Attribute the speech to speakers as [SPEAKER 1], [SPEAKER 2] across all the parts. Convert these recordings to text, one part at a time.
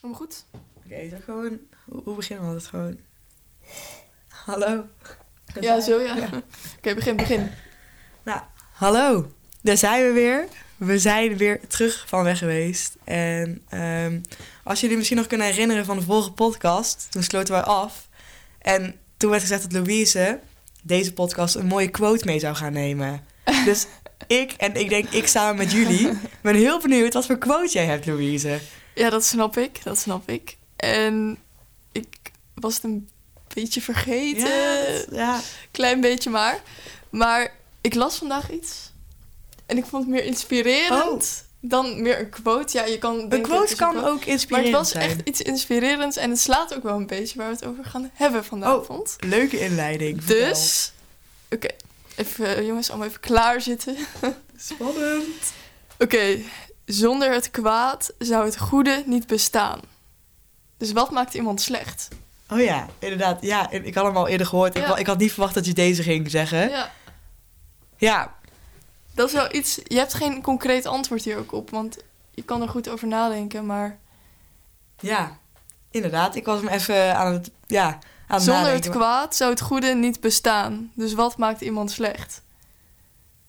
[SPEAKER 1] Kom goed.
[SPEAKER 2] Oké, dan gewoon... Hoe, hoe beginnen we altijd gewoon? Hallo. Daar
[SPEAKER 1] Ja,
[SPEAKER 2] zijn-
[SPEAKER 1] zo ja. Oké, begin, begin.
[SPEAKER 2] Nou, hallo. Daar zijn we weer. We zijn weer terug van weg geweest. En ehm, als jullie misschien nog kunnen herinneren van de vorige podcast, toen sloten wij af. En toen werd gezegd dat Louise deze podcast een mooie quote mee zou gaan nemen. Dus ik en ik denk ik samen met jullie ben heel benieuwd wat voor quote jij hebt, Louise.
[SPEAKER 1] Ja, dat snap ik. Dat snap ik. En ik was het een beetje vergeten.
[SPEAKER 2] ja.
[SPEAKER 1] Klein beetje maar. Maar ik las vandaag iets. En ik vond het meer inspirerend dan meer een quote. Ja, je kan
[SPEAKER 2] Een
[SPEAKER 1] denken, het
[SPEAKER 2] quote
[SPEAKER 1] is Oh. een
[SPEAKER 2] kan ook
[SPEAKER 1] Maar het
[SPEAKER 2] inspirerend
[SPEAKER 1] was
[SPEAKER 2] zijn.
[SPEAKER 1] echt iets inspirerends. En het slaat ook wel een beetje waar we het over gaan hebben vanavond.
[SPEAKER 2] Leuke inleiding. vertel.
[SPEAKER 1] dus, oké. Even, eh, jongens, allemaal even klaarzitten.
[SPEAKER 2] Spannend.
[SPEAKER 1] Oké, zonder het kwaad zou het goede niet bestaan. Dus wat maakt iemand slecht?
[SPEAKER 2] Oh ja, inderdaad. Ja, ik had hem al eerder gehoord. Ik,
[SPEAKER 1] Ja.
[SPEAKER 2] wa- ik had niet verwacht dat je deze ging zeggen. Ja,
[SPEAKER 1] Ja, dat is wel iets. Je hebt geen concreet antwoord hier ook op, want je kan er goed over nadenken, maar
[SPEAKER 2] ja. inderdaad. Ik was hem even aan het, ja, aan het
[SPEAKER 1] zonder
[SPEAKER 2] nadenken.
[SPEAKER 1] het kwaad zou het goede niet bestaan. Dus wat maakt iemand slecht?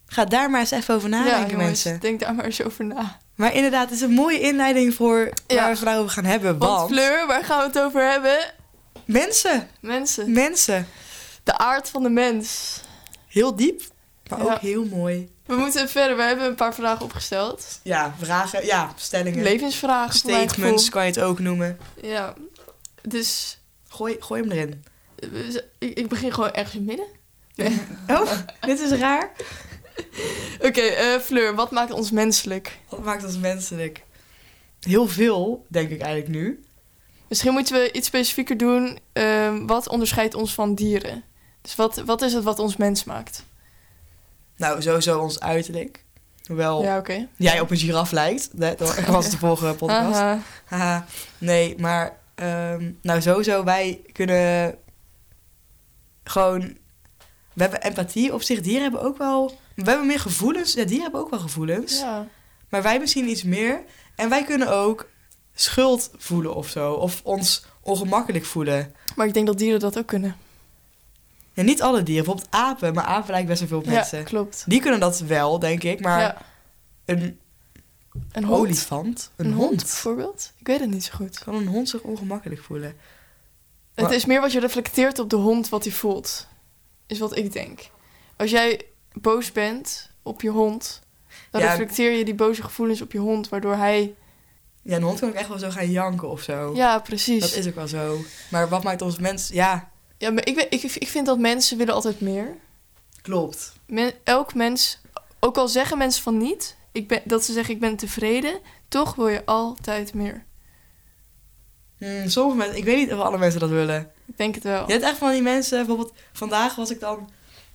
[SPEAKER 2] Ga daar maar eens even over nadenken,
[SPEAKER 1] ja, jongens,
[SPEAKER 2] mensen.
[SPEAKER 1] denk daar maar eens over na.
[SPEAKER 2] Maar inderdaad, het is een mooie inleiding voor
[SPEAKER 1] Ja.
[SPEAKER 2] waar we het over gaan hebben.
[SPEAKER 1] Want,
[SPEAKER 2] Want,
[SPEAKER 1] Fleur, waar gaan we het over hebben?
[SPEAKER 2] mensen,
[SPEAKER 1] Mensen.
[SPEAKER 2] mensen.
[SPEAKER 1] De aard van de mens.
[SPEAKER 2] Heel diep, maar
[SPEAKER 1] Ja.
[SPEAKER 2] ook heel mooi.
[SPEAKER 1] We moeten verder. We hebben een paar vragen opgesteld.
[SPEAKER 2] Ja, vragen, ja, stellingen.
[SPEAKER 1] Levensvragen. voor mijn gevoel.
[SPEAKER 2] Statements kan je het ook noemen.
[SPEAKER 1] Ja. Dus
[SPEAKER 2] Gooi, gooi hem erin.
[SPEAKER 1] We z- Eh, Ik, ik begin gewoon ergens in het midden.
[SPEAKER 2] Oh, dit is raar.
[SPEAKER 1] Oké, eh, Fleur, wat maakt ons menselijk?
[SPEAKER 2] Wat maakt ons menselijk? Heel veel, denk ik eigenlijk nu.
[SPEAKER 1] Misschien moeten we iets specifieker doen. ehm, wat onderscheidt ons van dieren? Dus wat, wat is het wat ons mens maakt?
[SPEAKER 2] Nou, sowieso ons uiterlijk. Hoewel
[SPEAKER 1] Ja, oké.
[SPEAKER 2] jij op een giraf lijkt. Hè? Dat was de vorige podcast.
[SPEAKER 1] Aha.
[SPEAKER 2] Haha. nee, maar ehm, nou sowieso wij kunnen gewoon... We hebben empathie op zich. Dieren hebben ook wel... We hebben meer gevoelens. Ja, dieren hebben ook wel gevoelens.
[SPEAKER 1] Ja.
[SPEAKER 2] Maar wij misschien iets meer. En wij kunnen ook schuld voelen of zo. Of ons ongemakkelijk voelen.
[SPEAKER 1] Maar ik denk dat dieren dat ook kunnen.
[SPEAKER 2] En niet alle dieren. Bijvoorbeeld apen. Maar apen lijken best wel veel op mensen.
[SPEAKER 1] Ja, klopt.
[SPEAKER 2] Die kunnen dat wel, denk ik. Maar
[SPEAKER 1] ja.
[SPEAKER 2] een
[SPEAKER 1] Een
[SPEAKER 2] Een
[SPEAKER 1] hond.
[SPEAKER 2] olifant? Een,
[SPEAKER 1] Een
[SPEAKER 2] hond.
[SPEAKER 1] bijvoorbeeld. Ik weet het niet zo goed.
[SPEAKER 2] Kan een hond zich ongemakkelijk voelen?
[SPEAKER 1] Het
[SPEAKER 2] Maar-
[SPEAKER 1] is meer wat je reflecteert op de hond, wat hij voelt. Is wat ik denk. Als jij boos bent op je hond, dan
[SPEAKER 2] Ja.
[SPEAKER 1] reflecteer je die boze gevoelens op je hond, waardoor hij
[SPEAKER 2] Ja, een hond kan ook echt wel zo gaan janken of zo.
[SPEAKER 1] Ja, precies.
[SPEAKER 2] Dat is ook wel zo. Maar wat maakt ons mens... Ja,
[SPEAKER 1] Ja, maar ik, ben- ik, ik vind dat mensen willen altijd meer.
[SPEAKER 2] klopt.
[SPEAKER 1] Men, elk mens, ook al zeggen mensen van niet, ik ben, dat ze zeggen ik ben tevreden, toch wil je altijd meer.
[SPEAKER 2] Hmm, sommige mensen... Ik weet niet of alle mensen dat willen.
[SPEAKER 1] Ik denk het wel.
[SPEAKER 2] Je hebt echt van die mensen... Bijvoorbeeld, vandaag was ik dan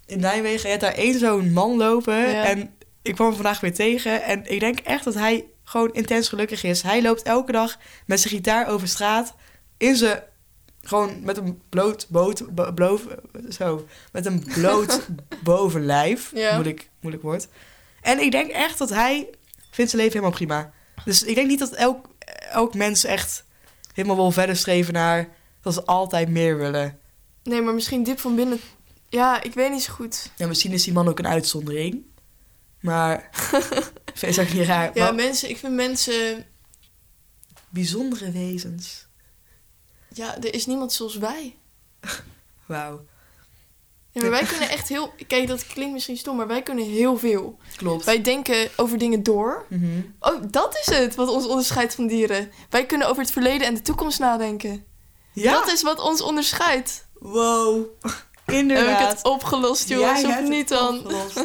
[SPEAKER 2] in Nijmegen. Je hebt daar één zo'n man lopen.
[SPEAKER 1] Ja.
[SPEAKER 2] En ik kwam hem vandaag weer tegen. En ik denk echt dat hij gewoon intens gelukkig is. Hij loopt elke dag met zijn gitaar over straat. In zijn... Gewoon met een bloot, boot, bo- bloof- zo, met een bloot bovenlijf.
[SPEAKER 1] Ja.
[SPEAKER 2] Moeilijk, moeilijk woord. En ik denk echt dat hij vindt zijn leven helemaal prima. Dus ik denk niet dat elk, elk mens echt helemaal wil verder streven naar dat ze altijd meer willen.
[SPEAKER 1] Nee, maar misschien diep van binnen. Ja, ik weet niet zo goed.
[SPEAKER 2] Ja, misschien is die man ook een uitzondering. Maar vind ik ook niet raar.
[SPEAKER 1] Ja,
[SPEAKER 2] Maar
[SPEAKER 1] mensen, ik vind mensen.
[SPEAKER 2] bijzondere wezens.
[SPEAKER 1] Ja, er is niemand zoals wij.
[SPEAKER 2] Wauw.
[SPEAKER 1] Ja, maar wij kunnen echt heel. Kijk, dat klinkt misschien stom, maar wij kunnen heel veel.
[SPEAKER 2] Klopt.
[SPEAKER 1] Wij denken over dingen door.
[SPEAKER 2] Mhm.
[SPEAKER 1] Oh, dat is het wat ons onderscheidt van dieren. Wij kunnen over het verleden en de toekomst nadenken.
[SPEAKER 2] Ja,
[SPEAKER 1] Dat is wat ons onderscheidt.
[SPEAKER 2] wow.
[SPEAKER 1] Heb ik
[SPEAKER 2] Inderdaad.
[SPEAKER 1] het opgelost, jongens,
[SPEAKER 2] Jij
[SPEAKER 1] of
[SPEAKER 2] hebt
[SPEAKER 1] niet
[SPEAKER 2] het
[SPEAKER 1] dan?
[SPEAKER 2] opgelost.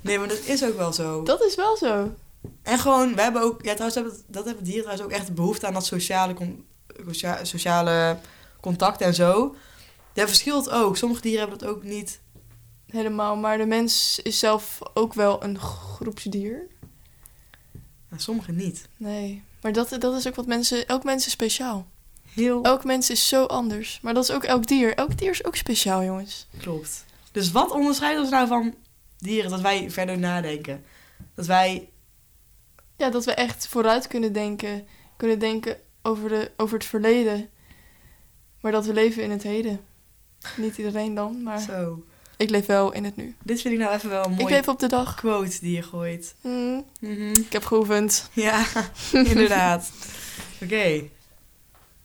[SPEAKER 2] Nee, maar dat is ook wel zo.
[SPEAKER 1] Dat is wel zo.
[SPEAKER 2] En gewoon, we hebben ook, ja trouwens, hebben, dat hebben dieren trouwens ook echt behoefte aan dat sociale, con- socia- sociale contact en zo. Dat verschilt ook. Sommige dieren hebben dat ook niet.
[SPEAKER 1] Helemaal, maar de mens is zelf ook wel een groepsdier.
[SPEAKER 2] En sommige niet.
[SPEAKER 1] Nee, maar dat, dat is ook wat mensen... Elk mens is speciaal.
[SPEAKER 2] Heel
[SPEAKER 1] Elk mens is zo anders. Maar dat is ook elk dier. Elk dier is ook speciaal, jongens.
[SPEAKER 2] klopt. Dus wat onderscheidt ons nou van dieren? Dat wij verder nadenken. Dat wij,
[SPEAKER 1] Ja, dat we echt vooruit kunnen denken. Kunnen denken over, de, over het verleden. Maar dat we leven in het heden. Niet iedereen dan, maar
[SPEAKER 2] Zo.
[SPEAKER 1] ik leef wel in het nu.
[SPEAKER 2] Dit vind ik nou even wel een
[SPEAKER 1] Ah. Ik
[SPEAKER 2] mooie
[SPEAKER 1] leef op de dag.
[SPEAKER 2] quote die je gooit.
[SPEAKER 1] Hmm,
[SPEAKER 2] Mhm.
[SPEAKER 1] ik heb geoefend.
[SPEAKER 2] Ja, inderdaad. Oké.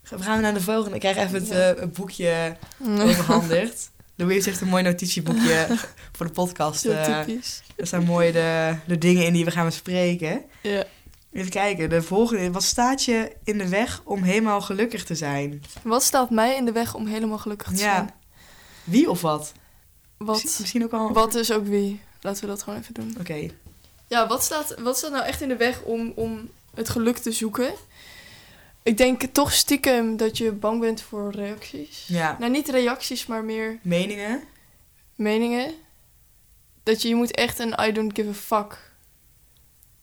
[SPEAKER 2] We gaan naar de volgende. Ik krijg even het,
[SPEAKER 1] Ja.
[SPEAKER 2] eh, het boekje
[SPEAKER 1] Hmm.
[SPEAKER 2] overhandigd. Louise heeft een mooi notitieboekje voor de podcast.
[SPEAKER 1] Zo
[SPEAKER 2] eh
[SPEAKER 1] typisch.
[SPEAKER 2] er staan mooi de, de dingen in die we gaan bespreken.
[SPEAKER 1] Ja.
[SPEAKER 2] Even kijken, de volgende. Wat staat je in de weg om helemaal gelukkig te zijn?
[SPEAKER 1] Wat staat mij in de weg om helemaal gelukkig te
[SPEAKER 2] Ja.
[SPEAKER 1] zijn?
[SPEAKER 2] Wie of wat? Misschien-
[SPEAKER 1] Wat,
[SPEAKER 2] Misschien ook al...
[SPEAKER 1] wat is ook wie? Laten we dat gewoon even doen.
[SPEAKER 2] Oké.
[SPEAKER 1] Ja, wat staat, wat staat nou echt in de weg om, om het geluk te zoeken? Ik denk toch stiekem dat je bang bent voor reacties.
[SPEAKER 2] Ja.
[SPEAKER 1] Nou, niet reacties, maar meer
[SPEAKER 2] Meningen?
[SPEAKER 1] meningen. Dat je, je moet echt een I don't give a fuck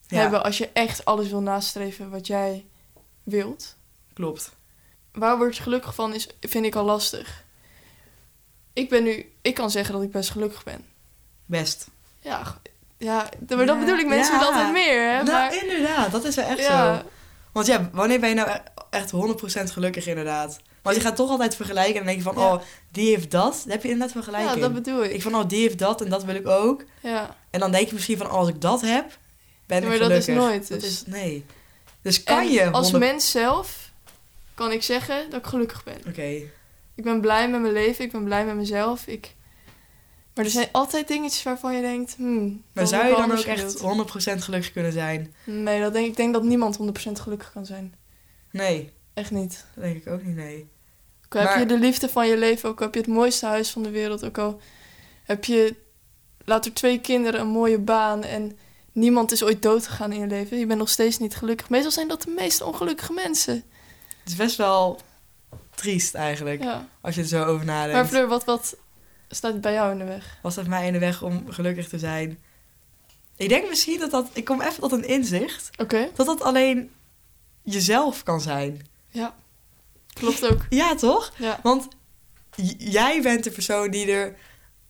[SPEAKER 2] Ja,
[SPEAKER 1] hebben als je echt alles wil nastreven wat jij wilt.
[SPEAKER 2] klopt.
[SPEAKER 1] Waar word je gelukkig van, is, vind ik al lastig. Ik ben nu, ik kan zeggen dat ik best gelukkig ben.
[SPEAKER 2] Best.
[SPEAKER 1] Ja, g- ja maar dat
[SPEAKER 2] Ja,
[SPEAKER 1] bedoel ik, mensen
[SPEAKER 2] ja.
[SPEAKER 1] willen altijd meer, hè?
[SPEAKER 2] Nou,
[SPEAKER 1] maar,
[SPEAKER 2] inderdaad. Dat is wel echt
[SPEAKER 1] ja,
[SPEAKER 2] zo. Want ja, wanneer ben je nou e- echt 100% gelukkig inderdaad? Want je gaat toch altijd vergelijken en dan denk je van...
[SPEAKER 1] Ja.
[SPEAKER 2] Oh, die heeft dat. Daar heb je inderdaad vergelijking.
[SPEAKER 1] ja, dat bedoel ik.
[SPEAKER 2] Ik van, oh, die heeft dat en dat wil ik ook.
[SPEAKER 1] Ja.
[SPEAKER 2] En dan denk je misschien van, als ik dat heb, ben
[SPEAKER 1] Ja,
[SPEAKER 2] ik
[SPEAKER 1] maar dat is
[SPEAKER 2] gelukkig.
[SPEAKER 1] nooit,
[SPEAKER 2] Dat
[SPEAKER 1] dus.
[SPEAKER 2] is, nee. Dus kan
[SPEAKER 1] En
[SPEAKER 2] je...
[SPEAKER 1] als
[SPEAKER 2] 100
[SPEAKER 1] mens zelf kan ik zeggen dat ik gelukkig ben.
[SPEAKER 2] Oké,
[SPEAKER 1] Ik ben blij met mijn leven, ik ben blij met mezelf. Ik... Maar er zijn altijd dingetjes waarvan je denkt, hmm,
[SPEAKER 2] maar
[SPEAKER 1] dat
[SPEAKER 2] zou
[SPEAKER 1] had
[SPEAKER 2] je
[SPEAKER 1] ik
[SPEAKER 2] dan ook
[SPEAKER 1] anders
[SPEAKER 2] echt
[SPEAKER 1] gewild.
[SPEAKER 2] 100% gelukkig kunnen zijn?
[SPEAKER 1] Nee, dat denk, ik denk dat niemand 100% gelukkig kan zijn.
[SPEAKER 2] Nee,
[SPEAKER 1] Echt niet.
[SPEAKER 2] dat denk ik ook niet, nee.
[SPEAKER 1] Ook al
[SPEAKER 2] Maar-
[SPEAKER 1] heb je de liefde van je leven, ook al heb je het mooiste huis van de wereld, ook al heb je later twee kinderen, een mooie baan en niemand is ooit dood gegaan in je leven. Je bent nog steeds niet gelukkig. Meestal zijn dat de meest ongelukkige mensen.
[SPEAKER 2] Het is best wel triest eigenlijk,
[SPEAKER 1] Ja.
[SPEAKER 2] als je er zo over nadenkt.
[SPEAKER 1] Maar Fleur, wat, wat staat bij jou in de weg?
[SPEAKER 2] was dat mij in de weg om gelukkig te zijn? Ik denk misschien dat dat... Ik kom even tot een inzicht.
[SPEAKER 1] Oké.
[SPEAKER 2] Dat dat alleen jezelf kan zijn.
[SPEAKER 1] Ja, klopt ook.
[SPEAKER 2] Ja, toch?
[SPEAKER 1] Ja,
[SPEAKER 2] Want j- jij bent de persoon die er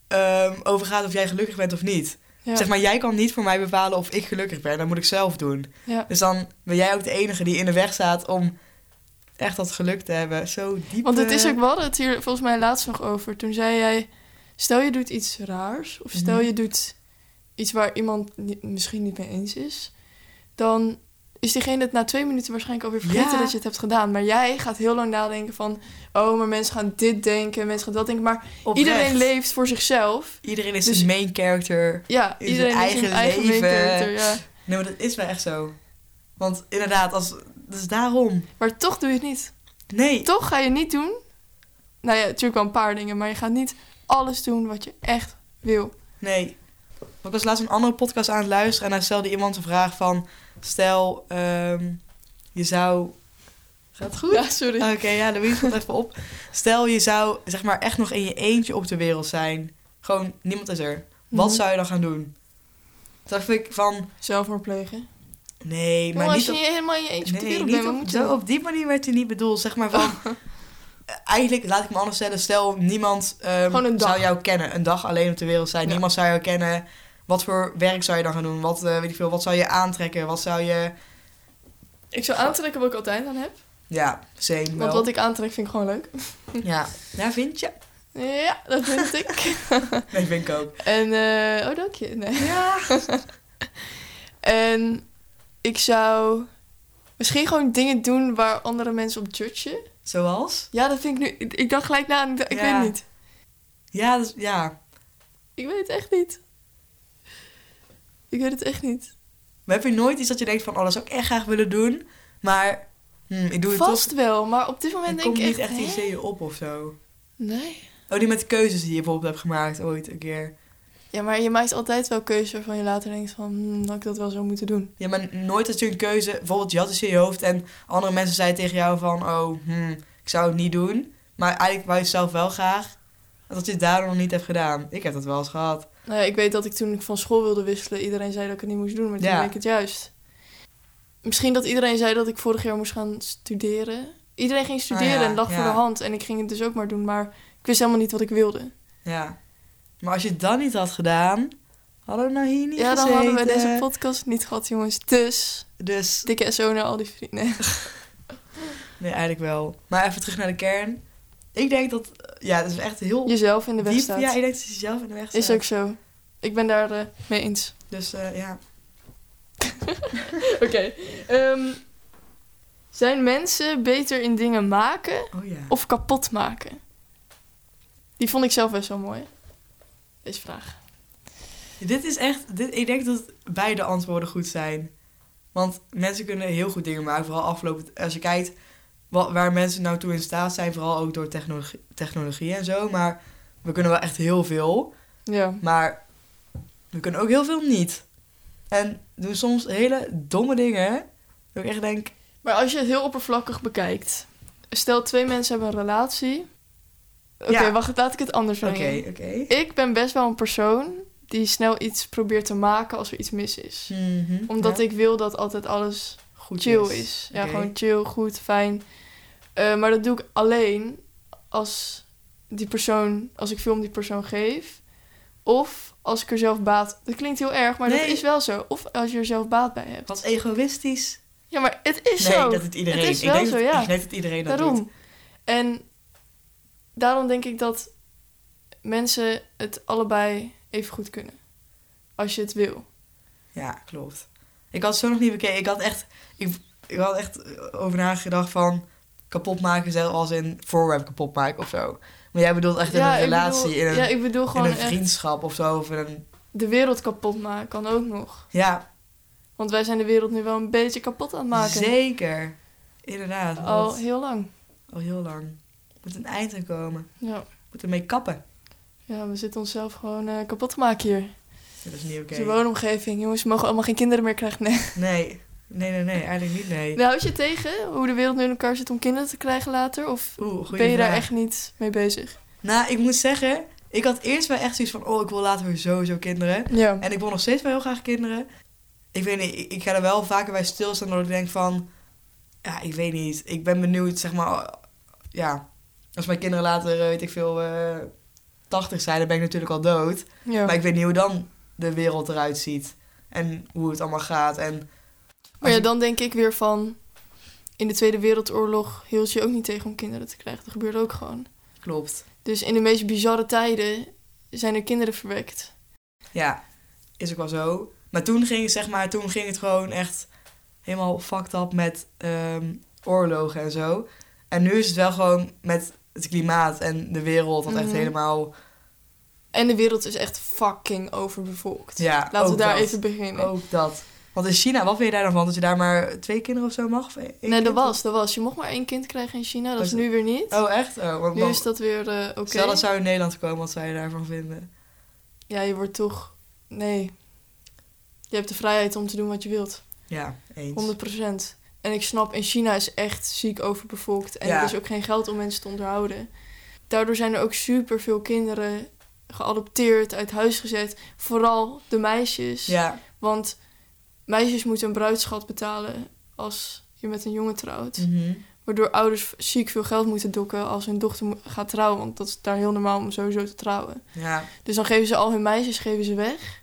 [SPEAKER 2] ehm, over gaat of jij gelukkig bent of niet.
[SPEAKER 1] ja,
[SPEAKER 2] Zeg maar, jij kan niet voor mij bepalen of ik gelukkig ben. Dat moet ik zelf doen.
[SPEAKER 1] ja.
[SPEAKER 2] Dus dan ben jij ook de enige die in de weg staat om echt dat geluk te hebben. Zo diep.
[SPEAKER 1] Want het
[SPEAKER 2] eh,
[SPEAKER 1] is ook, we hadden het hier volgens mij laatst nog over. Toen zei jij, stel je doet iets raars... of stel
[SPEAKER 2] Mhm.
[SPEAKER 1] je doet iets waar iemand ni- misschien niet mee eens is... dan is diegene het na twee minuten waarschijnlijk alweer vergeten
[SPEAKER 2] Ja.
[SPEAKER 1] dat je het hebt gedaan. Maar jij gaat heel lang nadenken van... oh, maar mensen gaan dit denken, mensen gaan dat denken. Maar
[SPEAKER 2] oprecht.
[SPEAKER 1] iedereen leeft voor zichzelf.
[SPEAKER 2] Iedereen is
[SPEAKER 1] Dus-
[SPEAKER 2] een main character.
[SPEAKER 1] Ja,
[SPEAKER 2] In zijn
[SPEAKER 1] iedereen heeft
[SPEAKER 2] eigen
[SPEAKER 1] zijn eigen main
[SPEAKER 2] leven.
[SPEAKER 1] character, ja.
[SPEAKER 2] Nee, maar dat is wel echt zo. Want inderdaad, als, dat is daarom.
[SPEAKER 1] Maar toch doe je het niet.
[SPEAKER 2] Nee,
[SPEAKER 1] toch ga je niet doen. Nou ja, natuurlijk wel een paar dingen, maar je gaat niet alles doen wat je echt wil.
[SPEAKER 2] Nee. Want Ik was laatst een andere podcast aan het luisteren en daar stelde iemand een vraag van... Stel, ehm, je zou... Gaat het goed?
[SPEAKER 1] Ja, sorry.
[SPEAKER 2] Oké, ja, Louise, valt even op. Stel, je zou zeg maar echt nog in je eentje op de wereld zijn. Gewoon, niemand is er. Wat
[SPEAKER 1] Mhm.
[SPEAKER 2] zou je dan gaan doen? Toen dacht ik van,
[SPEAKER 1] Zelfmoord plegen.
[SPEAKER 2] nee, maar
[SPEAKER 1] Jongen, als
[SPEAKER 2] niet
[SPEAKER 1] je
[SPEAKER 2] op...
[SPEAKER 1] niet helemaal in je eentje op de
[SPEAKER 2] Nee,
[SPEAKER 1] wereld bent,
[SPEAKER 2] niet
[SPEAKER 1] wat
[SPEAKER 2] op,
[SPEAKER 1] moet je
[SPEAKER 2] zo,
[SPEAKER 1] dan?
[SPEAKER 2] op die manier werd hij niet bedoeld. Zeg maar van... eh, Eigenlijk, laat ik me anders stellen. Stel, niemand ehm,
[SPEAKER 1] Gewoon een dag.
[SPEAKER 2] zou jou kennen. Een dag alleen op de wereld zijn.
[SPEAKER 1] Ja.
[SPEAKER 2] Niemand zou jou kennen. Wat voor werk zou je dan gaan doen? Wat, eh, weet ik veel, wat zou je aantrekken? Wat zou je...
[SPEAKER 1] Ik zou aantrekken wat ik altijd aan heb.
[SPEAKER 2] Ja, same
[SPEAKER 1] Want
[SPEAKER 2] wel.
[SPEAKER 1] wat ik aantrek vind ik gewoon leuk.
[SPEAKER 2] Ja, ja, vind je?
[SPEAKER 1] Ja, dat vind ik.
[SPEAKER 2] Nee, vind ik ook.
[SPEAKER 1] en, eh, oh, dank je. Nee.
[SPEAKER 2] Ja.
[SPEAKER 1] En ik zou misschien gewoon dingen doen waar andere mensen op judgen.
[SPEAKER 2] Zoals?
[SPEAKER 1] Ja, dat vind ik nu... Ik dacht gelijk na en ik, dacht, ik
[SPEAKER 2] Ja.
[SPEAKER 1] weet het niet.
[SPEAKER 2] Ja, dus, ja.
[SPEAKER 1] Ik weet het echt niet. Ik weet het echt niet.
[SPEAKER 2] Maar heb je nooit iets dat je denkt van... Oh, dat zou ik echt graag willen doen. Maar hm, ik doe het
[SPEAKER 1] Vast
[SPEAKER 2] toch.
[SPEAKER 1] wel, maar op dit moment
[SPEAKER 2] Er
[SPEAKER 1] denk
[SPEAKER 2] komt
[SPEAKER 1] ik
[SPEAKER 2] niet
[SPEAKER 1] echt...
[SPEAKER 2] echt
[SPEAKER 1] hè?
[SPEAKER 2] iets in je op of zo.
[SPEAKER 1] Nee.
[SPEAKER 2] Oh, die met de keuzes die je bijvoorbeeld hebt gemaakt ooit een keer.
[SPEAKER 1] Ja, maar je maakt altijd wel keuzes waarvan je later denkt van... hmm, had ik dat wel zo moeten doen?
[SPEAKER 2] Ja, maar nooit dat je een keuze... Bijvoorbeeld, je had iets in je hoofd en andere mensen zeiden tegen jou van... Oh, hmm, ik zou het niet doen. Maar eigenlijk wou je het zelf wel graag. En Dat je het daarom nog niet hebt gedaan. Ik heb dat wel eens gehad.
[SPEAKER 1] Nou, ja, ik weet dat ik toen ik van school wilde wisselen... iedereen zei dat ik het niet moest doen, maar toen
[SPEAKER 2] Ja.
[SPEAKER 1] deed ik het juist. Misschien dat iedereen zei dat ik vorig jaar moest gaan studeren. Iedereen ging studeren
[SPEAKER 2] Oh ja,
[SPEAKER 1] en lag voor
[SPEAKER 2] ja.
[SPEAKER 1] de hand. En ik ging het dus ook maar doen, maar ik wist helemaal niet wat ik wilde.
[SPEAKER 2] Ja. Maar als je het dan niet had gedaan... Hadden we nou hier niet
[SPEAKER 1] ja, dan
[SPEAKER 2] gezeten.
[SPEAKER 1] hadden we deze podcast niet gehad, jongens. Dus,
[SPEAKER 2] Dus,
[SPEAKER 1] dikke SO naar al die vrienden.
[SPEAKER 2] Nee, eigenlijk wel. Maar even terug naar de kern. Ik denk dat, ja, dat is echt heel
[SPEAKER 1] Jezelf in de weg
[SPEAKER 2] diep.
[SPEAKER 1] staat.
[SPEAKER 2] Oh. Ja, ik denk dat je zelf in de weg staat.
[SPEAKER 1] Is ook zo. Ik ben daar eh, mee eens.
[SPEAKER 2] Dus eh, ja.
[SPEAKER 1] Oké. ehm, zijn mensen beter in dingen maken
[SPEAKER 2] Oh ja.
[SPEAKER 1] of kapot maken? Die vond ik zelf best wel mooi. Deze vraag.
[SPEAKER 2] Dit is echt, dit, ik denk dat beide antwoorden goed zijn. Want mensen kunnen heel goed dingen maken, vooral afgelopen. Als je kijkt wa- waar mensen nou toe in staat zijn, vooral ook door technologie, technologie en zo. Maar we kunnen wel echt heel veel,
[SPEAKER 1] Ja.
[SPEAKER 2] maar we kunnen ook heel veel niet. En doen soms hele domme dingen. Dat ik echt denk,
[SPEAKER 1] Maar als je het heel oppervlakkig bekijkt. Stel, twee mensen hebben een relatie. Oké,
[SPEAKER 2] Ja.
[SPEAKER 1] wacht, laat ik het anders
[SPEAKER 2] oké,
[SPEAKER 1] brengen.
[SPEAKER 2] oké.
[SPEAKER 1] Ik ben best wel een persoon die snel iets probeert te maken als er iets mis is.
[SPEAKER 2] Mhm,
[SPEAKER 1] Omdat
[SPEAKER 2] ja,
[SPEAKER 1] ik wil dat altijd alles
[SPEAKER 2] goed
[SPEAKER 1] chill is. Ja,
[SPEAKER 2] Oké.
[SPEAKER 1] gewoon chill, goed, fijn. Eh, maar dat doe ik alleen als die persoon, als ik veel om die persoon geef. Of als ik er zelf baat. Dat klinkt heel erg, maar dat
[SPEAKER 2] Nee.
[SPEAKER 1] is wel zo. Of als je er zelf baat bij hebt.
[SPEAKER 2] Wat egoïstisch.
[SPEAKER 1] Ja, maar het is
[SPEAKER 2] nee,
[SPEAKER 1] zo.
[SPEAKER 2] dat het iedereen.
[SPEAKER 1] Het is
[SPEAKER 2] ik
[SPEAKER 1] wel
[SPEAKER 2] denk
[SPEAKER 1] zo,
[SPEAKER 2] dat,
[SPEAKER 1] ja.
[SPEAKER 2] Ik denk dat iedereen dat
[SPEAKER 1] Daarom.
[SPEAKER 2] doet.
[SPEAKER 1] En daarom denk ik dat mensen het allebei even goed kunnen. Als je het wil.
[SPEAKER 2] Ja, klopt. Ik had het zo nog niet bekeken. Ik had echt, ik, ik had echt eh, over nagedacht van kapot maken, zelf als in voorwerp kapot maken of zo. Maar jij bedoelt echt in
[SPEAKER 1] Ja,
[SPEAKER 2] een
[SPEAKER 1] ik
[SPEAKER 2] relatie,
[SPEAKER 1] bedoel-
[SPEAKER 2] in een,
[SPEAKER 1] ja, ik bedoel
[SPEAKER 2] in
[SPEAKER 1] gewoon
[SPEAKER 2] een
[SPEAKER 1] echt
[SPEAKER 2] vriendschap of zo. Of in een,
[SPEAKER 1] de wereld kapot maken kan ook nog.
[SPEAKER 2] ja,
[SPEAKER 1] Want wij zijn de wereld nu wel een beetje kapot aan het maken. Oh,
[SPEAKER 2] zeker. Inderdaad.
[SPEAKER 1] Al
[SPEAKER 2] Al,
[SPEAKER 1] heel lang.
[SPEAKER 2] al heel lang. Moet een eind aan komen.
[SPEAKER 1] Ja.
[SPEAKER 2] Moet ermee kappen.
[SPEAKER 1] ja, we zitten onszelf gewoon eh, kapot te maken hier.
[SPEAKER 2] Dat is niet oké.
[SPEAKER 1] Onze woonomgeving. Jongens, we mogen allemaal geen kinderen meer krijgen. Nee.
[SPEAKER 2] Nee. Nee, nee, nee. Eigenlijk niet, nee.
[SPEAKER 1] Nou, houd je tegen hoe de wereld nu in elkaar zit om kinderen te krijgen later? Of
[SPEAKER 2] Oeh, goeie
[SPEAKER 1] ben je daar
[SPEAKER 2] vraag.
[SPEAKER 1] echt niet mee bezig?
[SPEAKER 2] Nou, ik moet zeggen, ik had eerst wel echt zoiets van, oh, ik wil later weer sowieso kinderen.
[SPEAKER 1] Ja.
[SPEAKER 2] En ik wil nog steeds wel heel graag kinderen. Ik weet niet, ik, ik ga er wel vaker bij stilstaan dat ik denk van... Ja, ik weet niet. Ik ben benieuwd, zeg maar... Ja, als mijn kinderen later, eh, weet ik veel, eh 80 zijn, dan ben ik natuurlijk al dood.
[SPEAKER 1] ja.
[SPEAKER 2] Maar ik weet niet hoe dan de wereld eruit ziet. En hoe het allemaal gaat. En
[SPEAKER 1] Maar ja,
[SPEAKER 2] ik-
[SPEAKER 1] dan denk ik weer van... In de Tweede Wereldoorlog hield je ook niet tegen om kinderen te krijgen. Dat gebeurde ook gewoon.
[SPEAKER 2] klopt.
[SPEAKER 1] Dus in de meest bizarre tijden zijn er kinderen verwekt.
[SPEAKER 2] Ja, is ook wel zo. Maar toen ging, het, zeg maar, toen ging het gewoon echt helemaal fucked up met ehm, oorlogen en zo. En nu is het wel gewoon met het klimaat en de wereld, dat echt
[SPEAKER 1] Mhm.
[SPEAKER 2] helemaal...
[SPEAKER 1] En de wereld is echt fucking overbevolkt.
[SPEAKER 2] Ja,
[SPEAKER 1] Laten we
[SPEAKER 2] ook
[SPEAKER 1] daar
[SPEAKER 2] dat.
[SPEAKER 1] even beginnen.
[SPEAKER 2] Ook dat. Want in China, wat vind je daar dan van? Dat je daar maar twee kinderen of zo mag? Of één
[SPEAKER 1] nee,
[SPEAKER 2] kind?
[SPEAKER 1] dat was, dat was. Je mocht maar één kind krijgen in China. Dat
[SPEAKER 2] Oh,
[SPEAKER 1] is
[SPEAKER 2] zo.
[SPEAKER 1] nu weer niet.
[SPEAKER 2] Oh, echt? Oh, want,
[SPEAKER 1] nu
[SPEAKER 2] want-
[SPEAKER 1] is dat weer eh, oké.
[SPEAKER 2] Stel dat zou in Nederland komen, wat zou je daarvan vinden?
[SPEAKER 1] Ja, je wordt toch... Nee. Je hebt de vrijheid om te doen wat je wilt.
[SPEAKER 2] Ja, eens.
[SPEAKER 1] 100%. En ik snap, in China is echt ziek overbevolkt. En
[SPEAKER 2] Ja.
[SPEAKER 1] er is ook geen geld om mensen te onderhouden. Daardoor zijn er ook superveel kinderen geadopteerd, uit huis gezet. Vooral de meisjes.
[SPEAKER 2] Ja,
[SPEAKER 1] Want meisjes moeten een bruidschat betalen als je met een jongen trouwt.
[SPEAKER 2] mhm.
[SPEAKER 1] Waardoor ouders ziek veel geld moeten dokken als hun dochter mo- gaat trouwen. Want dat is daar heel normaal om sowieso te trouwen.
[SPEAKER 2] ja,
[SPEAKER 1] Dus dan geven ze al hun meisjes geven ze weg.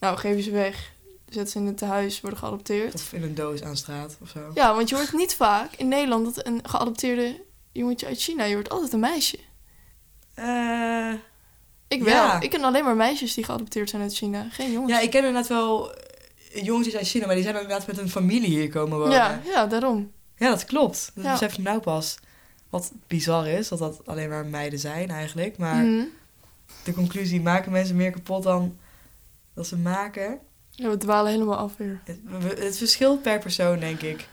[SPEAKER 1] Nou, geven ze weg. Zetten ze in het tehuis, worden geadopteerd.
[SPEAKER 2] of in een doos aan straat of zo.
[SPEAKER 1] Ja, want je hoort niet vaak in Nederland dat een geadopteerde jongetje uit China, je hoort altijd een meisje. Eh,
[SPEAKER 2] Ja,
[SPEAKER 1] Ik wel.
[SPEAKER 2] Ja.
[SPEAKER 1] Ik ken alleen maar meisjes die geadopteerd zijn uit China, geen jongens.
[SPEAKER 2] ja ik ken inderdaad wel eh, jongetjes uit China, maar die zijn dan inderdaad met een familie hier komen wonen.
[SPEAKER 1] ja, ja, daarom.
[SPEAKER 2] Ja, dat klopt. Dat
[SPEAKER 1] Ja.
[SPEAKER 2] besef je nou pas. Wat bizar is, dat dat alleen maar meiden zijn eigenlijk. Maar
[SPEAKER 1] Mhm.
[SPEAKER 2] de conclusie, maken mensen meer kapot dan dat ze maken?
[SPEAKER 1] Ja, we dwalen helemaal af weer.
[SPEAKER 2] Het, we- het verschilt per persoon, denk ik.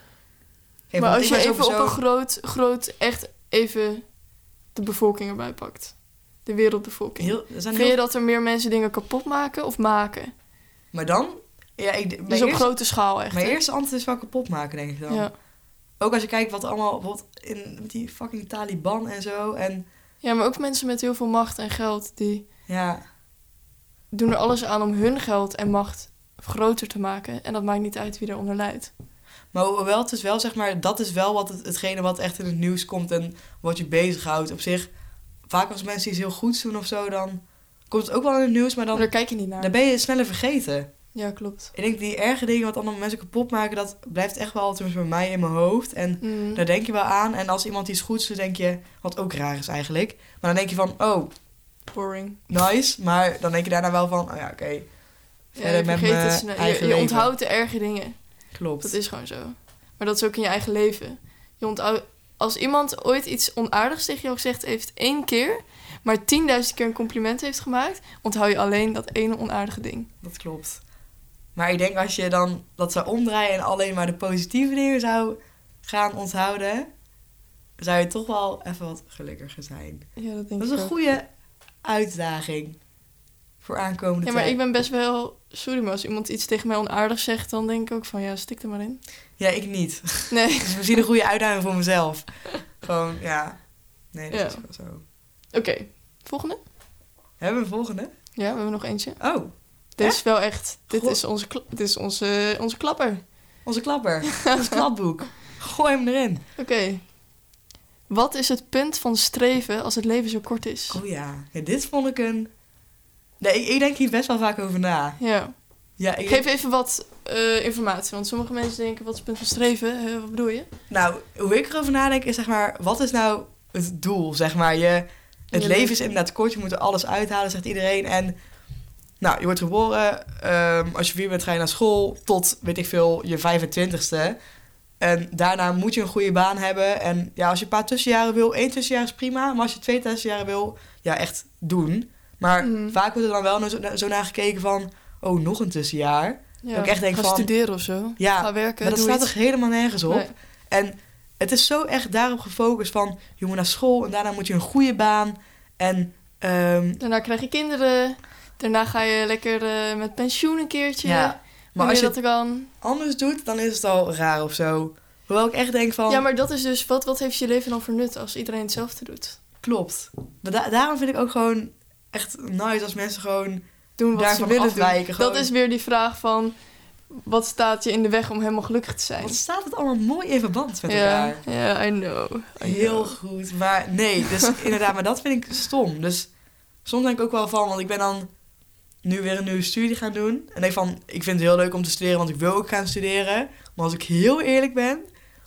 [SPEAKER 2] Hey,
[SPEAKER 1] maar
[SPEAKER 2] want
[SPEAKER 1] als
[SPEAKER 2] ik
[SPEAKER 1] je
[SPEAKER 2] ben zo'n
[SPEAKER 1] even op een
[SPEAKER 2] persoon-
[SPEAKER 1] groot, groot, echt even de bevolking erbij pakt. De wereldbevolking.
[SPEAKER 2] Heel, er zijn
[SPEAKER 1] Vind je
[SPEAKER 2] heel-
[SPEAKER 1] dat er meer mensen dingen kapot maken of maken?
[SPEAKER 2] Maar dan? Ja, ik, mijn,
[SPEAKER 1] Dus op
[SPEAKER 2] eerste,
[SPEAKER 1] grote schaal echt.
[SPEAKER 2] mijn
[SPEAKER 1] hè?
[SPEAKER 2] eerste antwoord is wel kapot maken, denk ik dan.
[SPEAKER 1] ja.
[SPEAKER 2] Ook als je kijkt wat allemaal... Bijvoorbeeld in met die fucking Taliban en zo. En
[SPEAKER 1] ja, maar ook mensen met heel veel macht en geld, die
[SPEAKER 2] ja,
[SPEAKER 1] doen er alles aan om hun geld en macht groter te maken. En dat maakt niet uit wie eronder leidt.
[SPEAKER 2] maar hoewel het is wel, zeg maar... Dat is wel wat het, hetgene wat echt in het nieuws komt en wat je bezighoudt. Op zich, vaak als mensen iets heel goeds doen of zo, dan komt het ook wel in het nieuws.
[SPEAKER 1] Maar
[SPEAKER 2] Maar dan
[SPEAKER 1] daar kijk je niet naar.
[SPEAKER 2] dan ben je het sneller vergeten.
[SPEAKER 1] Ja, klopt.
[SPEAKER 2] Ik denk die erge dingen wat andere mensen kapot maken, dat blijft echt wel altijd bij mij in mijn hoofd. En
[SPEAKER 1] Mm.
[SPEAKER 2] daar denk je wel aan. En als iemand iets goeds doet, denk je, wat ook raar is eigenlijk. Maar dan denk je van, oh,
[SPEAKER 1] Boring.
[SPEAKER 2] nice. Maar dan denk je daarna wel van, oh ja, oké.
[SPEAKER 1] Ja,
[SPEAKER 2] Verder
[SPEAKER 1] je
[SPEAKER 2] met
[SPEAKER 1] vergeet het
[SPEAKER 2] mijn
[SPEAKER 1] snel. Je,
[SPEAKER 2] eigen
[SPEAKER 1] je
[SPEAKER 2] leven.
[SPEAKER 1] onthoudt de erge dingen.
[SPEAKER 2] Klopt.
[SPEAKER 1] Dat is gewoon zo. Maar dat is ook in je eigen leven. Je onthoudt, als iemand ooit iets onaardigs tegen jou gezegd heeft één keer, maar tienduizend keer een compliment heeft gemaakt, onthoud je alleen dat ene onaardige ding.
[SPEAKER 2] Dat klopt. Maar ik denk als je dan dat zou omdraaien en alleen maar de positieve dingen zou gaan onthouden, zou je toch wel even wat gelukkiger zijn.
[SPEAKER 1] Ja, dat denk
[SPEAKER 2] Dat is
[SPEAKER 1] ik
[SPEAKER 2] een
[SPEAKER 1] ook.
[SPEAKER 2] goede uitdaging voor aankomende
[SPEAKER 1] Ja, maar
[SPEAKER 2] tijd.
[SPEAKER 1] ik ben best wel... Sorry, maar als iemand iets tegen mij onaardig zegt, dan denk ik ook van ja, stik er maar in.
[SPEAKER 2] Ja, ik niet.
[SPEAKER 1] Nee.
[SPEAKER 2] Dus misschien een goede uitdaging voor mezelf. Gewoon, ja. Nee, dat
[SPEAKER 1] Ja.
[SPEAKER 2] is wel zo.
[SPEAKER 1] Oké, volgende.
[SPEAKER 2] Hebben we een volgende?
[SPEAKER 1] Ja, we hebben nog eentje.
[SPEAKER 2] Oh,
[SPEAKER 1] Dit
[SPEAKER 2] Hè?
[SPEAKER 1] is wel echt... Dit
[SPEAKER 2] Goh.
[SPEAKER 1] is, onze, kla- dit is onze, onze klapper.
[SPEAKER 2] onze klapper. Ons klapboek. Gooi hem erin.
[SPEAKER 1] Oké. Wat is het punt van streven als het leven zo kort is?
[SPEAKER 2] Oh ja. ja dit vond ik een... Nee, ik, ik denk hier best wel vaak over na.
[SPEAKER 1] Ja.
[SPEAKER 2] Ja, ik
[SPEAKER 1] Ik geef even wat eh, informatie, want sommige mensen denken, wat is het punt van streven? Eh, wat bedoel je?
[SPEAKER 2] Nou, hoe ik erover nadenk is zeg maar, wat is nou het doel? Zeg maar, je, het
[SPEAKER 1] Je
[SPEAKER 2] leven
[SPEAKER 1] leven.
[SPEAKER 2] is inderdaad kort, je moet er alles uithalen, zegt iedereen. En nou, je wordt geboren, ehm, als je vier bent ga je naar school tot, weet ik veel, je 25ste. En daarna moet je een goede baan hebben. En ja, als je een paar tussenjaren wil, één tussenjaar is prima. Maar als je twee tussenjaren wil, ja, echt doen. Maar
[SPEAKER 1] Mhm.
[SPEAKER 2] vaak wordt er dan wel zo, zo naar gekeken van, oh, nog een tussenjaar.
[SPEAKER 1] Ja,
[SPEAKER 2] Dat ik echt denk
[SPEAKER 1] ga
[SPEAKER 2] van-
[SPEAKER 1] studeren of zo.
[SPEAKER 2] Ja,
[SPEAKER 1] ga werken,
[SPEAKER 2] Maar dat
[SPEAKER 1] doe
[SPEAKER 2] staat
[SPEAKER 1] iets.
[SPEAKER 2] toch helemaal nergens op?
[SPEAKER 1] Nee.
[SPEAKER 2] En het is zo echt daarop gefocust van... je moet naar school en daarna moet je een goede baan. En ehm,
[SPEAKER 1] Daarna krijg je kinderen. Daarna ga je lekker eh, met pensioen een keertje.
[SPEAKER 2] ja, maar
[SPEAKER 1] Wanneer
[SPEAKER 2] als je
[SPEAKER 1] dat
[SPEAKER 2] het
[SPEAKER 1] er kan.
[SPEAKER 2] anders doet, dan is het al raar of zo. Hoewel ik echt denk van,
[SPEAKER 1] Ja, maar dat is dus, wat, wat heeft je leven dan voor nut als iedereen hetzelfde doet?
[SPEAKER 2] klopt. Maar da- daarom vind ik ook gewoon echt nice als mensen gewoon...
[SPEAKER 1] Doen wat
[SPEAKER 2] Daarvan
[SPEAKER 1] ze willen
[SPEAKER 2] afwijken,
[SPEAKER 1] doen.
[SPEAKER 2] gewoon.
[SPEAKER 1] Dat is weer die vraag van, wat staat je in de weg om helemaal gelukkig te zijn?
[SPEAKER 2] Wat staat het allemaal mooi in verband met
[SPEAKER 1] Ja,
[SPEAKER 2] elkaar.
[SPEAKER 1] ja, I know. I
[SPEAKER 2] Heel
[SPEAKER 1] know.
[SPEAKER 2] goed. Maar nee, dus inderdaad, maar dat vind ik stom. Dus soms denk ik ook wel van, want ik ben dan nu weer een nieuwe studie gaan doen. En denk van, ik vind het heel leuk om te studeren, want ik wil ook gaan studeren. Maar als ik heel eerlijk ben,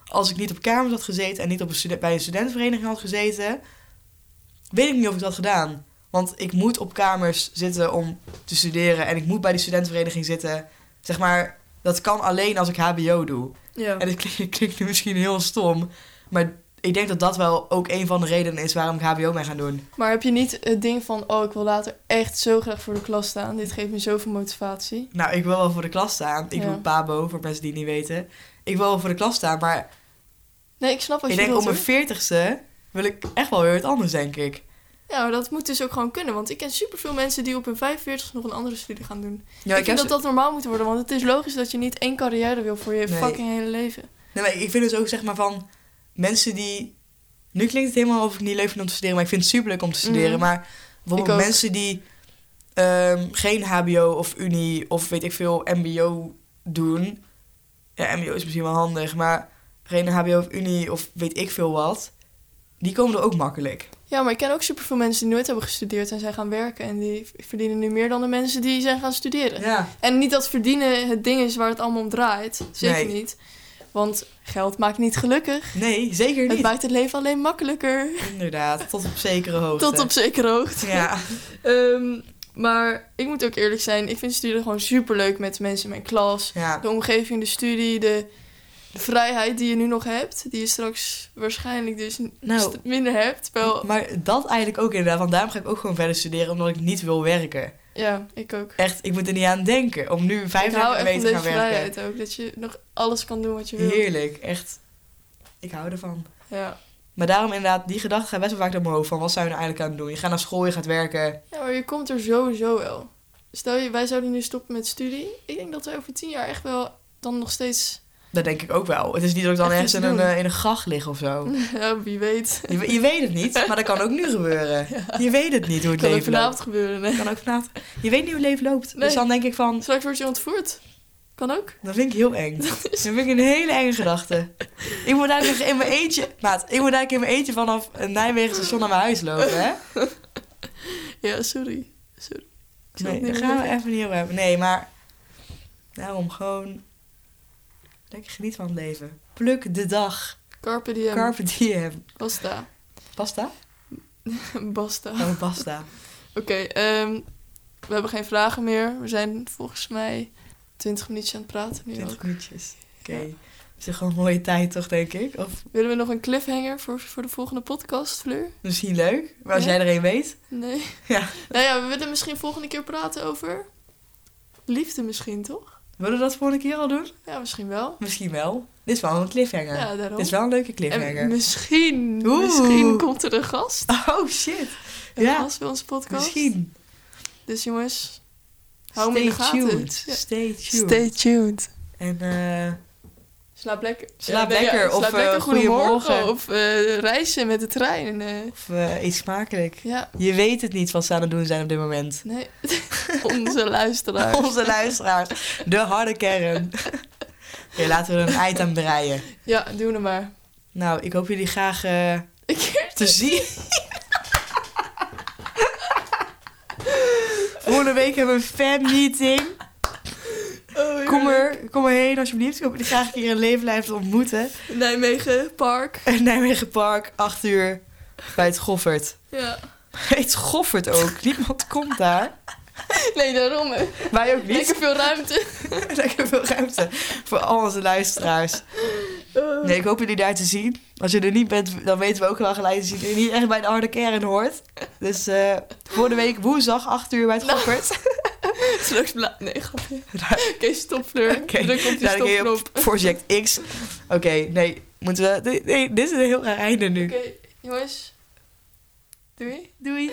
[SPEAKER 2] als ik niet op kamers had gezeten en niet op een stude- bij een studentenvereniging had gezeten, weet ik niet of ik dat had gedaan. Want ik moet op kamers zitten om te studeren en ik moet bij die studentenvereniging zitten. Zeg maar, dat kan alleen als ik HBO doe.
[SPEAKER 1] Ja.
[SPEAKER 2] En het klinkt, klinkt nu misschien heel stom, maar ik denk dat dat wel ook een van de redenen is waarom ik HBO mee ga doen.
[SPEAKER 1] Maar heb je niet het ding van, oh, ik wil later echt zo graag voor de klas staan. Dit geeft me zoveel motivatie.
[SPEAKER 2] Nou, ik wil wel voor de klas staan. Ik
[SPEAKER 1] Ja.
[SPEAKER 2] doe PABO, voor mensen die het niet weten. Ik wil wel voor de klas staan, maar
[SPEAKER 1] Nee, ik snap wat
[SPEAKER 2] ik
[SPEAKER 1] je
[SPEAKER 2] denk
[SPEAKER 1] bedoelt.
[SPEAKER 2] om mijn
[SPEAKER 1] hoor.
[SPEAKER 2] veertigste wil ik echt wel weer wat anders, denk ik.
[SPEAKER 1] Ja, maar dat moet dus ook gewoon kunnen. Want ik ken superveel mensen die op hun 45 nog een andere studie gaan doen.
[SPEAKER 2] Ja,
[SPEAKER 1] ik vind dat dat normaal moet worden. Want het is logisch dat je niet één carrière wil voor je
[SPEAKER 2] Nee.
[SPEAKER 1] fucking hele leven.
[SPEAKER 2] Nee, maar ik vind dus ook zeg maar van mensen die. Nu klinkt het helemaal of ik het niet leuk vind om te studeren, maar ik vind het super leuk om te studeren.
[SPEAKER 1] Mhm.
[SPEAKER 2] Maar bijvoorbeeld
[SPEAKER 1] ook.
[SPEAKER 2] mensen die ehm, geen HBO of Unie of weet ik veel MBO doen. Ja, MBO is misschien wel handig, maar geen HBO of Unie of weet ik veel wat. Die komen er ook makkelijk.
[SPEAKER 1] Ja, maar ik ken ook superveel mensen die nooit hebben gestudeerd en zijn gaan werken. En die verdienen nu meer dan de mensen die zijn gaan studeren.
[SPEAKER 2] Ja.
[SPEAKER 1] En niet dat verdienen het ding is waar het allemaal om draait. Zeker
[SPEAKER 2] Nee.
[SPEAKER 1] niet. Want geld maakt niet gelukkig.
[SPEAKER 2] Nee, zeker
[SPEAKER 1] Het
[SPEAKER 2] niet.
[SPEAKER 1] maakt het leven alleen makkelijker.
[SPEAKER 2] Inderdaad, tot op zekere hoogte.
[SPEAKER 1] Tot op zekere hoogte.
[SPEAKER 2] Ja,
[SPEAKER 1] Ehm, maar ik moet ook eerlijk zijn, ik vind studeren gewoon superleuk met de mensen in mijn klas.
[SPEAKER 2] ja.
[SPEAKER 1] De omgeving, de studie, de, de vrijheid die je nu nog hebt, die je straks waarschijnlijk dus n-
[SPEAKER 2] Nou.
[SPEAKER 1] st- minder hebt. Terwijl,
[SPEAKER 2] Maar dat eigenlijk ook inderdaad, want daarom ga ik ook gewoon verder studeren, omdat ik niet wil werken.
[SPEAKER 1] ja, ik ook.
[SPEAKER 2] Echt, ik moet er niet aan denken om nu
[SPEAKER 1] Ik
[SPEAKER 2] vijf
[SPEAKER 1] hou
[SPEAKER 2] dagen
[SPEAKER 1] echt
[SPEAKER 2] mee
[SPEAKER 1] van
[SPEAKER 2] te
[SPEAKER 1] deze
[SPEAKER 2] gaan werken.
[SPEAKER 1] vrijheid ook, dat je nog alles kan doen wat je wil.
[SPEAKER 2] Heerlijk, echt. Ik hou ervan.
[SPEAKER 1] Ja.
[SPEAKER 2] Maar daarom inderdaad, die gedachten gaan best wel vaak door mijn hoofd van wat zou je nou eigenlijk aan het doen? Je gaat naar school, je gaat werken.
[SPEAKER 1] ja, maar je komt er sowieso wel. Stel je, wij zouden nu stoppen met studie. Ik denk dat we over tien jaar echt wel dan nog steeds,
[SPEAKER 2] Dat denk ik ook wel. Het is niet dat ik dan
[SPEAKER 1] Echt
[SPEAKER 2] ergens in
[SPEAKER 1] iets
[SPEAKER 2] een,
[SPEAKER 1] doen.
[SPEAKER 2] eh, in een gracht lig of zo.
[SPEAKER 1] ja, wie weet,
[SPEAKER 2] Je, we- je weet het niet, maar dat kan ook nu gebeuren. Je weet het niet hoe het
[SPEAKER 1] kan ook
[SPEAKER 2] leven loopt.
[SPEAKER 1] vanavond gebeuren. Hè?
[SPEAKER 2] Kan ook vanavond. Je weet niet hoe het leven loopt.
[SPEAKER 1] Nee.
[SPEAKER 2] Dus dan denk ik van,
[SPEAKER 1] Straks word je ontvoerd. Kan ook.
[SPEAKER 2] dat vind ik heel eng. Dat vind ik een hele enge gedachte. Ik moet eigenlijk in mijn eentje, maat, ik moet eigenlijk in mijn eentje vanaf eh, Nijmegen station naar mijn huis lopen, hè?
[SPEAKER 1] Ja, sorry. sorry. Ik snap
[SPEAKER 2] Nee,
[SPEAKER 1] niet
[SPEAKER 2] daar
[SPEAKER 1] meer
[SPEAKER 2] gaan we
[SPEAKER 1] wat je-
[SPEAKER 2] even niet over hebben. Nee, maar Daarom gewoon lekker genieten van het leven. Pluk de dag.
[SPEAKER 1] Carpe diem.
[SPEAKER 2] Carpe diem.
[SPEAKER 1] Basta.
[SPEAKER 2] Pasta?
[SPEAKER 1] Basta.
[SPEAKER 2] Oh, pasta.
[SPEAKER 1] Oké, ehm, we hebben geen vragen meer. We zijn volgens mij 20 minuutjes aan het praten nu ook.
[SPEAKER 2] 20 minuutjes. Oké. Het is gewoon een mooie tijd toch, denk ik? Of
[SPEAKER 1] Willen we nog een cliffhanger voor, voor de volgende podcast, Fleur?
[SPEAKER 2] misschien leuk. Maar als
[SPEAKER 1] Ja.
[SPEAKER 2] jij er een weet.
[SPEAKER 1] Nee.
[SPEAKER 2] Ja.
[SPEAKER 1] Nou ja, we willen misschien volgende keer praten over liefde misschien, toch?
[SPEAKER 2] Willen we dat volgende keer al doen?
[SPEAKER 1] Ja, misschien wel.
[SPEAKER 2] Misschien wel. Dit is wel een cliffhanger.
[SPEAKER 1] Ja, daarom.
[SPEAKER 2] Dit is wel een leuke cliffhanger.
[SPEAKER 1] En misschien,
[SPEAKER 2] Oeh.
[SPEAKER 1] misschien komt er een gast.
[SPEAKER 2] Oh shit.
[SPEAKER 1] Een
[SPEAKER 2] Ja.
[SPEAKER 1] gast bij onze podcast.
[SPEAKER 2] Misschien.
[SPEAKER 1] Dus jongens,
[SPEAKER 2] Stay
[SPEAKER 1] hou me in de gaten.
[SPEAKER 2] tuned.
[SPEAKER 1] Ja.
[SPEAKER 2] Stay tuned.
[SPEAKER 1] Stay tuned.
[SPEAKER 2] En eh
[SPEAKER 1] Slaap lekker.
[SPEAKER 2] Slaap
[SPEAKER 1] nee, ja,
[SPEAKER 2] lekker of,
[SPEAKER 1] slaap
[SPEAKER 2] eh,
[SPEAKER 1] lekker. Goedemorgen.
[SPEAKER 2] goedemorgen.
[SPEAKER 1] Of eh, reizen met de trein. eh.
[SPEAKER 2] of, eh, eet smakelijk.
[SPEAKER 1] ja,
[SPEAKER 2] Je weet het niet wat ze aan het doen zijn op dit moment.
[SPEAKER 1] nee. Onze luisteraars.
[SPEAKER 2] Onze luisteraars. De harde kern. Oké, laten we er een eind aan breien.
[SPEAKER 1] Ja, doe het maar.
[SPEAKER 2] Nou, ik hoop jullie graag eh,
[SPEAKER 1] Een keer
[SPEAKER 2] te zien. Volgende week hebben we een fanmeeting.
[SPEAKER 1] oh,
[SPEAKER 2] Kom er, kom er heen alsjeblieft. Ik hoop jullie graag een keer in leeflijf te ontmoeten.
[SPEAKER 1] Nijmegen Park.
[SPEAKER 2] In Nijmegen Park, 8 uur. Bij het Goffert.
[SPEAKER 1] Ja.
[SPEAKER 2] Het Goffert ook. Niemand komt daar.
[SPEAKER 1] Nee, daarom. hè.
[SPEAKER 2] Wij ook niet.
[SPEAKER 1] Lekker veel ruimte.
[SPEAKER 2] Lekker veel ruimte voor al onze luisteraars.
[SPEAKER 1] Eh,
[SPEAKER 2] Nee, ik hoop jullie daar te zien. Als je er niet bent, dan weten we ook wel gelijk dat je er niet echt bij de harde kern hoort. Dus eh volgende week woensdag, 8 uur bij het
[SPEAKER 1] Nou.
[SPEAKER 2] Goffert.
[SPEAKER 1] Straks bla... Nee, grapje. Oké, stop Fleur.
[SPEAKER 2] Oké,
[SPEAKER 1] Druk op die
[SPEAKER 2] nou, dan kun je
[SPEAKER 1] stopknop.
[SPEAKER 2] Project X. Oké, nee. Moeten we... nee, Nee, dit is een heel raar einde nu.
[SPEAKER 1] Oké, jongens. Doei.
[SPEAKER 2] Doei.